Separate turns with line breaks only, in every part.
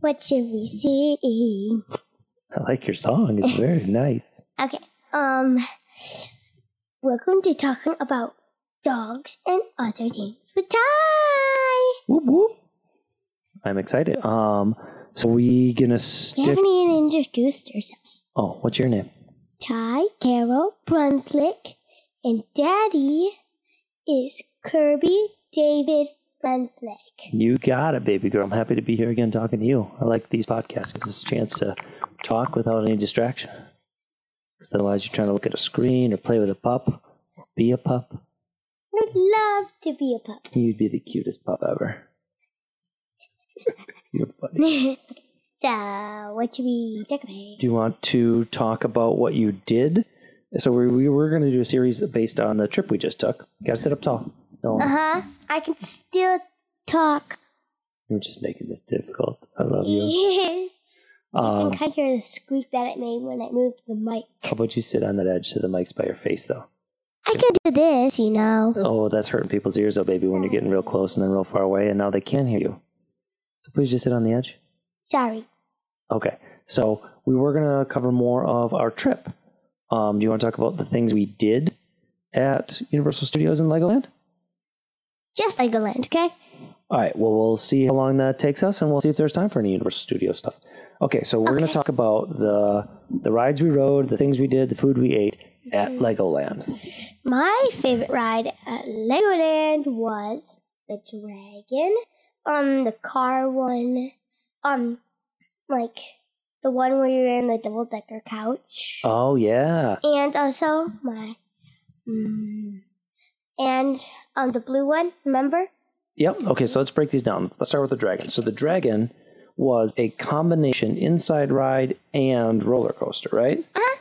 What should we sing?
I like your song. It's very nice.
Okay. Um, we're going to talking about dogs and other things with Ty.
Whoop whoop. I'm excited. Um, so we gonna
We
stick.
haven't even introduced ourselves.
Oh, what's your name?
Ty, Carol, Brunslick, and Daddy is Kirby David Brunslick.
You got it, baby girl. I'm happy to be here again talking to you. I like these podcasts 'cause it's a chance to talk without any distraction. 'Cause otherwise, you're trying to look at a screen or play with a pup, be a pup.
Would love to be a pup.
You'd be the cutest pup ever. you're funny.
okay. So, what should we talk about?
Do you want to talk about what you did? So we, we were going to do a series based on the trip we just took. Got to sit up tall. No,
Uh huh. I can still talk.
you're just making this difficult. I love you.
Yes. I
Um,
can kind of hear the squeak that it made when I moved the mic.
how about you sit on that edge so the mic's by your face, though?
I can do this, you know.
Oh, that's hurting people's ears, though, baby, when you're getting real close and then real far away, and now they can hear you. So please just sit on the edge.
Sorry.
Okay. So we were going to cover more of our trip. Um, do you want to talk about the things we did at Universal Studios in Legoland?
Just Legoland, okay?
All right. Well, we'll see how long that takes us, and we'll see if there's time for any Universal Studio stuff. Okay, so we're going to
Okay.
talk about the the rides we rode, the things we did, the food we ate at Legoland.
My favorite ride at Legoland was the dragon, um, the car one, um, like the one where you're in the double decker couch,
Oh yeah,
and also my, mm, and um, the blue one. Remember?
yep. Okay, so let's break these down. Let's start with the dragon. So the dragon was a combination inside ride and roller coaster, right?
Uh-huh.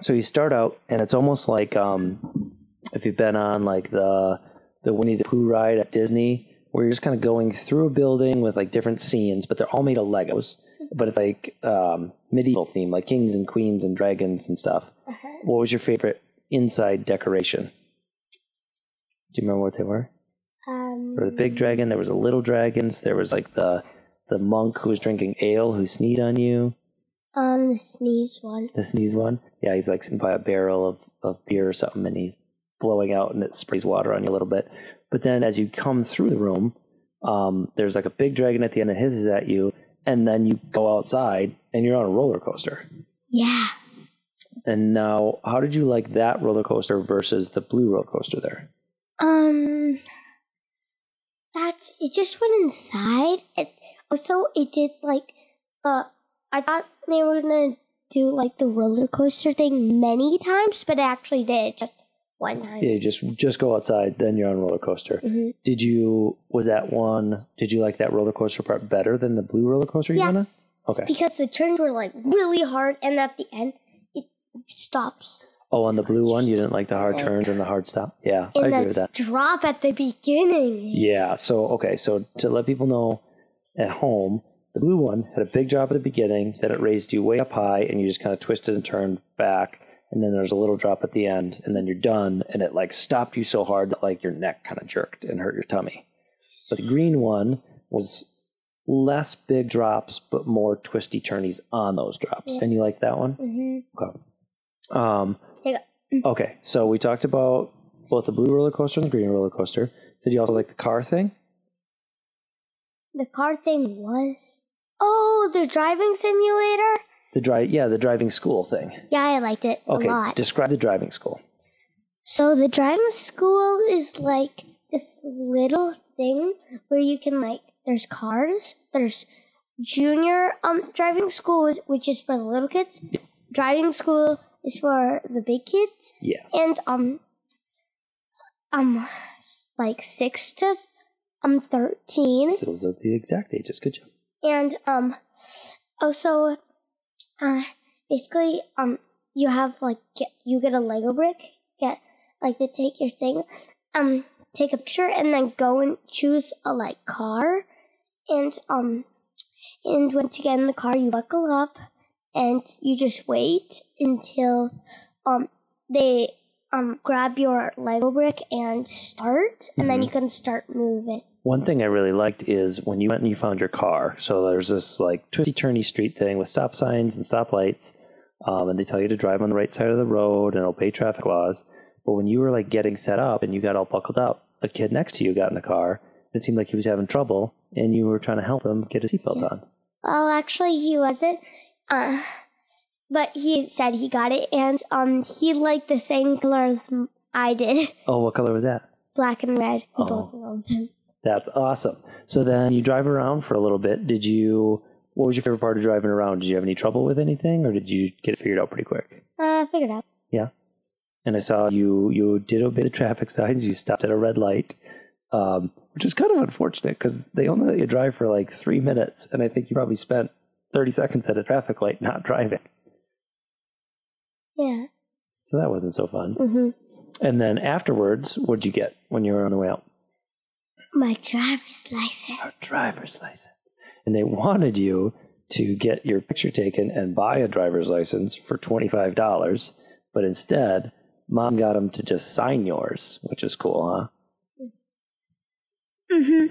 So you start out, and it's almost like um, if you've been on like the the Winnie the Pooh ride at Disney, where you're just kind of going through a building with like different scenes, but they're all made of Legos. But it's like um, medieval theme, like kings and queens and dragons and stuff.
Uh-huh.
What was your favorite inside decoration? Do you remember what they were?
Um,
There was a big dragon. There was a little dragons. There was like the the monk who was drinking ale who sneezed on you.
um, the sneeze one.
the sneeze one. Yeah, he's like sitting by a barrel of, of beer or something and he's blowing out and it sprays water on you a little bit. But then as you come through the room, um, there's like a big dragon at the end that hisses at you, and then you go outside and you're on a roller coaster.
Yeah.
And now, how did you like that roller coaster versus the blue roller coaster there?
Um, that it just went inside. It also it did like uh, I thought they were gonna do like the roller coaster thing many times, but it actually did just one time.
Yeah, you just just go outside, then you're on a roller coaster.
Mhm.
Did you was that one? Did you like that roller coaster part better than the blue roller coaster? You
Yeah.
wanna? Okay.
Because the turns were like really hard, and at the end it stops.
Oh, on the blue one, you didn't like the hard turns and the hard stop. Yeah, I
And
agree
the
with that.
drop at the beginning.
Yeah. So okay. So to let people know at home, the blue one had a big drop at the beginning. Then it raised you way up high, and you just kind of twisted and turned back. And then there's a little drop at the end, and then you're done. And it like stopped you so hard that like your neck kind of jerked and hurt your tummy. But the green one was less big drops, but more twisty turnies on those drops.
Yeah.
And you like that one?
hmm
Okay. Um,
Yeah.
okay, so we talked about both the blue roller coaster and the green roller coaster. Did you also like the car thing?
The car thing was oh the driving simulator.
The drive, yeah, the driving school thing.
Yeah, I liked it
Okay,
a lot.
describe the driving school.
So the driving school is like this little thing where you can like there's cars, there's junior um driving school is- which is for the little kids. Driving school is for the big kids
Yeah,
and um um s- like 6 to um 13
so those are the exact ages. Good job.
and um also uh basically um you have like get, you get a lego brick get like to take your thing um take a picture and then go and choose a like car and um and once you get in the car you buckle up and you just wait until um they um grab your lego brick and start and then
Mhm.
you can start moving
One thing I really liked is when you went and you found your car. So there's this like twisty turny street thing with stop signs and stoplights, um, and they tell you to drive on the right side of the road and obey traffic laws. But when you were like getting set up and you got all buckled up, a kid next to you got in the car. and It seemed like he was having trouble, and you were trying to help him get his seatbelt on.
Well, actually, he wasn't. Uh, but he said he got it, and um, he liked the same color as m- I did,
Oh, what color was that?
black and red. We both
Oh.
love them.
That's awesome. So then you drive around for a little bit. Did you? What was your favorite part of driving around? Did you have any trouble with anything, or did you get it figured out pretty quick?
Uh, figured out.
And I saw you you did obey the traffic signs. You stopped at a red light, um, which was kind of unfortunate because they only let you drive for like three minutes, and I think you probably spent thirty seconds at a traffic light not driving.
Yeah.
So that wasn't so fun.
hmm
And then afterwards, what'd you get when you were on the way out?
My driver's license.
a driver's license. And they wanted you to get your picture taken and buy a driver's license for $25. But instead, mom got them to just sign yours, which is cool,
Mm-hmm.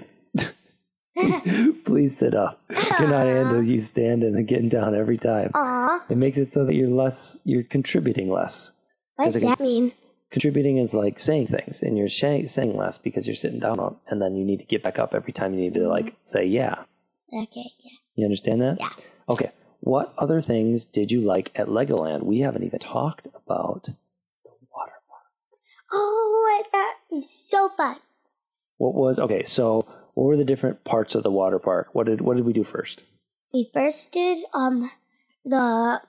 huh? Please sit up. Cannot handle you standing and getting down every time.
Aw.
It makes it so that you're less, you're contributing less.
What does
Because I
that mean?
Contributing is like saying things, and you're shay- saying less because you're sitting down, on, and then you need to get back up every time you need to like say yeah.
Okay. Yeah.
You understand that?
Yeah.
Okay. What other things did you like at Legoland? We haven't even talked about the water.
Oh, that is so fun.
What was okay? So, what were the different parts of the water park? What did what did we do first?
We first did um the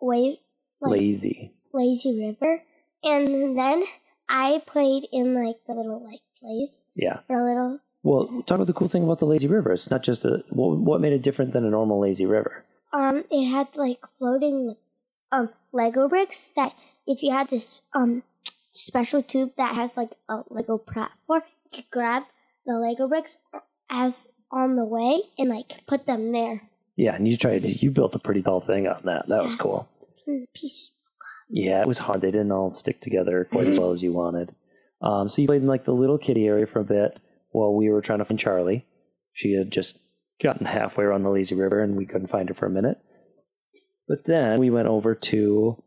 wave like
Lazy.
lazy river, and then I played in like the little like place
Yeah.
for a little.
Well, talk about the cool thing about the lazy river. It's not just the what, what made it different than a normal lazy river.
Um, it had like floating um Lego bricks that if you had this um special tube that has like a Lego platform, you could grab the Lego bricks as on the way and like put them there.
Yeah, and you tried you built a pretty tall thing on that. That was
Yeah.
cool.
Piece.
Yeah, it was hard. They didn't all stick together quite
Mm-hmm.
as well as you wanted. Um, so you played in like the little kitty area for a bit while we were trying to find Charlie. She had just gotten halfway around the lazy river and we couldn't find her for a minute. But then we went over to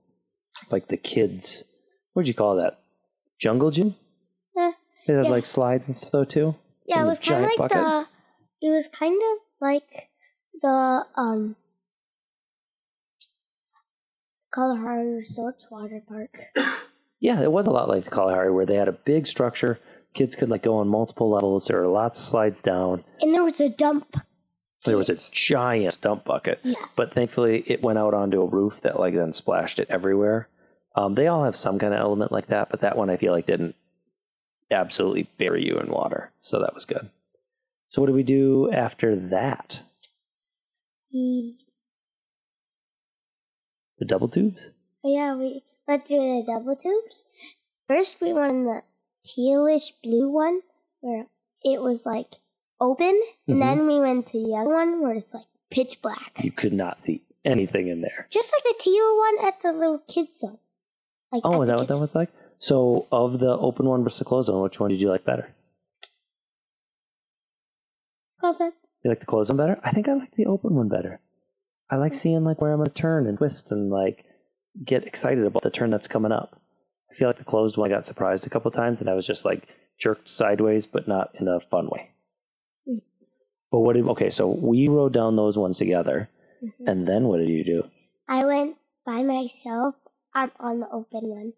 like the kids. What'd you call that? Jungle gym?
Eh,
They had
yeah.
like slides and stuff though too.
Yeah,
In
it
the
was kind of
giant
like
bucket?
the. It was kind of like the um. Colorado Resorts water park.
Yeah, it was a lot like the Kalahari where they had a big structure. Kids could like go on multiple levels. There were lots of slides down.
And there was a dump.
There was a giant dump bucket.
Yes.
But thankfully, it went out onto a roof that like then splashed it everywhere. Um, they all have some kind of element like that, but that one I feel like didn't absolutely bury you in water, so that was good. So what do we do after that?
we,
The double tubes?
Oh, yeah, we went through the double tubes. First, we went in the tealish blue one where it was like open,
Mhm.
and then we went to the other one where it's like pitch black,
You could not see anything in there.
just like the teal one at the little kids zone. Like
Oh,
at
is
the
that what
kids'
that was like? So of the open one versus the closed one, which one did you like better?
Girls' zone.
You like the closed one better? I think I like the open one better. I like seeing like where I'm gonna turn and twist and like get excited about the turn that's coming up. I feel like the closed one I got surprised a couple times and I was just like jerked sideways, but not in a fun way.
Mm.
But what did okay, so we rode down those ones together
Mhm.
and then what did you do?
I went by myself on, on the open one.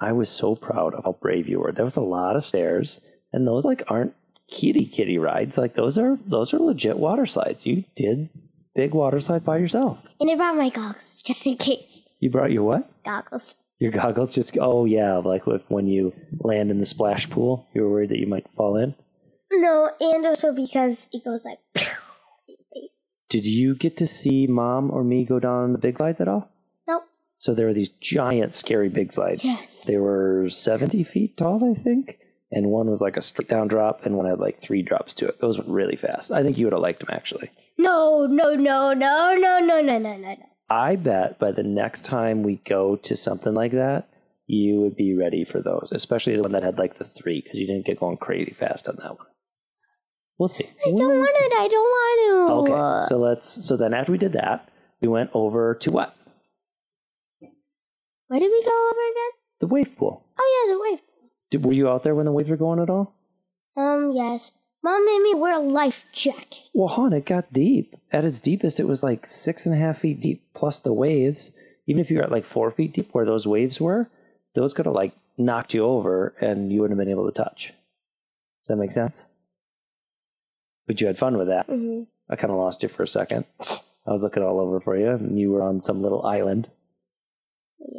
I was so proud of how brave you were. There was a lot of stairs and those like aren't kitty kitty rides. Like those are those are legit water slides. You did big water slide by yourself.
And I brought my goggles just in case.
You brought your what?
Goggles.
Your goggles just oh yeah, like with, when you land in the splash pool, you were worried that you might fall in.
No, and also because it goes like pew in your face.
Did you get to see mom or me go down the big slides at all?
Nope.
So there were these giant, scary big slides.
Yes.
They were seventy feet tall, I think, and one was like a straight down drop, and one had like three drops to it. Those went really fast. I think you would have liked them actually.
No, no, no, no, no, no, no, no, no, no.
I bet by the next time we go to something like that, you would be ready for those, especially the one that had like the three, because you didn't get going crazy fast on that one. We'll see.
I don't want it. I don't want to.
Okay. So let's. So then after we did that, we went over to what?
Where did we go over again?
The wave pool.
Oh yeah, the wave.
Did, were you out there when the waves were going at all?
Um, yes. Mom made me wear a life jacket.
Well, hon, it got deep. At its deepest, it was like six and a half feet deep plus the waves. Even if you were at like four feet deep where those waves were, those could have like knocked you over and you wouldn't have been able to touch. Does that make sense? But you had fun with that.
Mm-hmm.
I kind of lost you for a second. I was looking all over for you, and you were on some little island.
Yeah.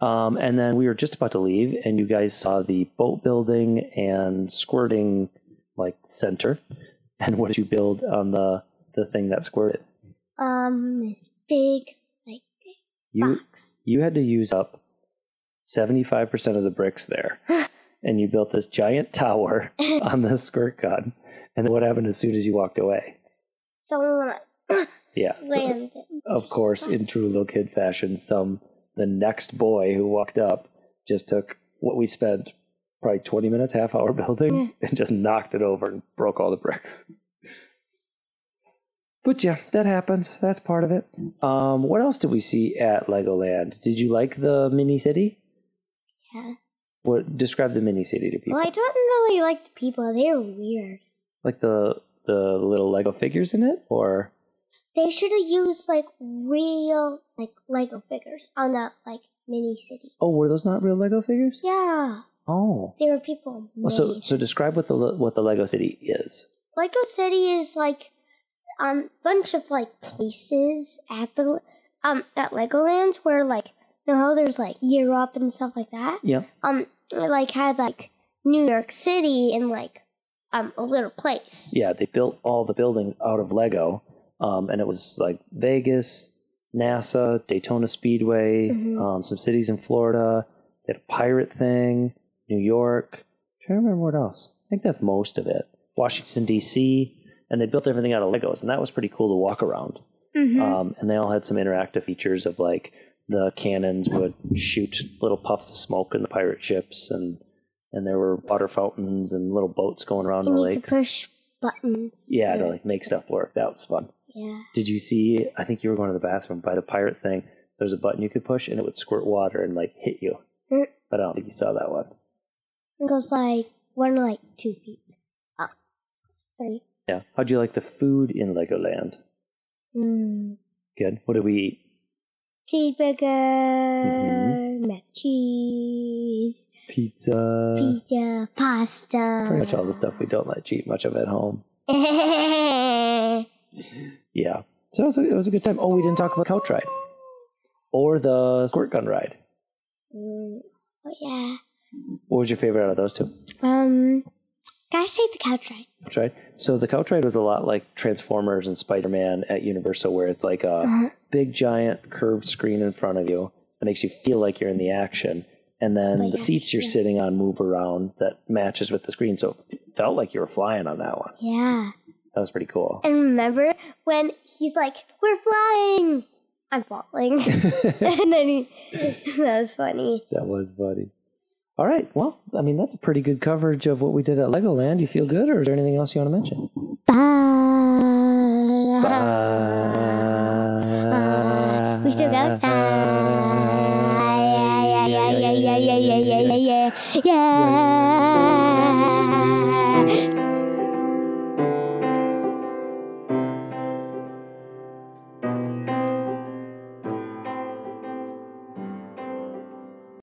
Um, and then we were just about to leave, and you guys saw the boat building and squirting like center. And what did you build on the the thing that squirted?
Um, this big like
You
box.
you had to use up seventy five percent of the bricks there, and you built this giant tower on the squirt gun. And then what happened as soon as you walked away?
Someone
Yeah, so-
slammed it.
Of course, in true little kid fashion, some the next boy who walked up just took what we spent probably 20 minutes, half hour building, and just knocked it over and broke all the bricks. But yeah, that happens. That's part of it. Um, what else did we see at Legoland? Did you like the mini city?
Yeah.
What describe the mini city to people?
Well, I don't really like the people. They're weird.
Like the the little Lego figures in it, or
They should have used like real like Lego figures on that like mini city.
oh, were those not real Lego figures?
Yeah,
Oh,
they were people.
Oh,
Made.
so so describe what the Le- what the Lego City is.
Lego City is like um bunch of like places at the um at Legoland where like you know how there's like Europe and stuff like that.
Yeah.
Um, it, like had like New York City and like um a little place.
Yeah, they built all the buildings out of Lego, um, and it was like Vegas, NASA, Daytona Speedway,
Mhm.
um, some cities in Florida. They had a pirate thing, New York. I'm trying to remember what else. I think that's most of it. Washington D.C. And they built everything out of Legos, and that was pretty cool to walk around.
Mm-hmm.
Um, and they all had some interactive features of like the cannons would shoot little puffs of smoke in the pirate ships, and and there were water fountains and little boats going around
and
Oh, the
you
lakes.
could push buttons.
Yeah, to like make stuff work. That was fun.
yeah.
Did you see? I think you were going to the bathroom by the pirate thing. There's a button you could push, and it would squirt water and like hit you.
Mm.
But I don't think you saw that one.
It goes like one like two feet up. Three.
Yeah. How'd you like the food in Legoland?
Mm.
Good. What did we eat?
Cheeseburger,
Mm-hmm.
mac and cheese,
Pizza.
pizza, pasta.
Pretty much all the stuff we don't let you eat much of at home.
Mm,
Yeah. So it was, a, it was a good time. Oh, we didn't talk about couch ride or the squirt gun ride.
Mm, but yeah.
What was your favorite out of those two?
Um, gotta take the couch ride.
Couch ride. So the couch ride was a lot like Transformers and Spider Man at Universal, where it's like a
Uh-huh.
big giant curved screen in front of you that makes you feel like you're in the action and then
Like
the seats you're
action.
sitting on move around that matches with the screen so it felt like you were flying on that one
Yeah.
that was pretty cool
And remember when he's like, "We're flying," I'm falling, and then he, that was funny.
that was buddy all right well i mean that's a pretty good coverage of what we did at legoland you feel good or is there anything else you want to mention
Bye.
Bye.
We still got that.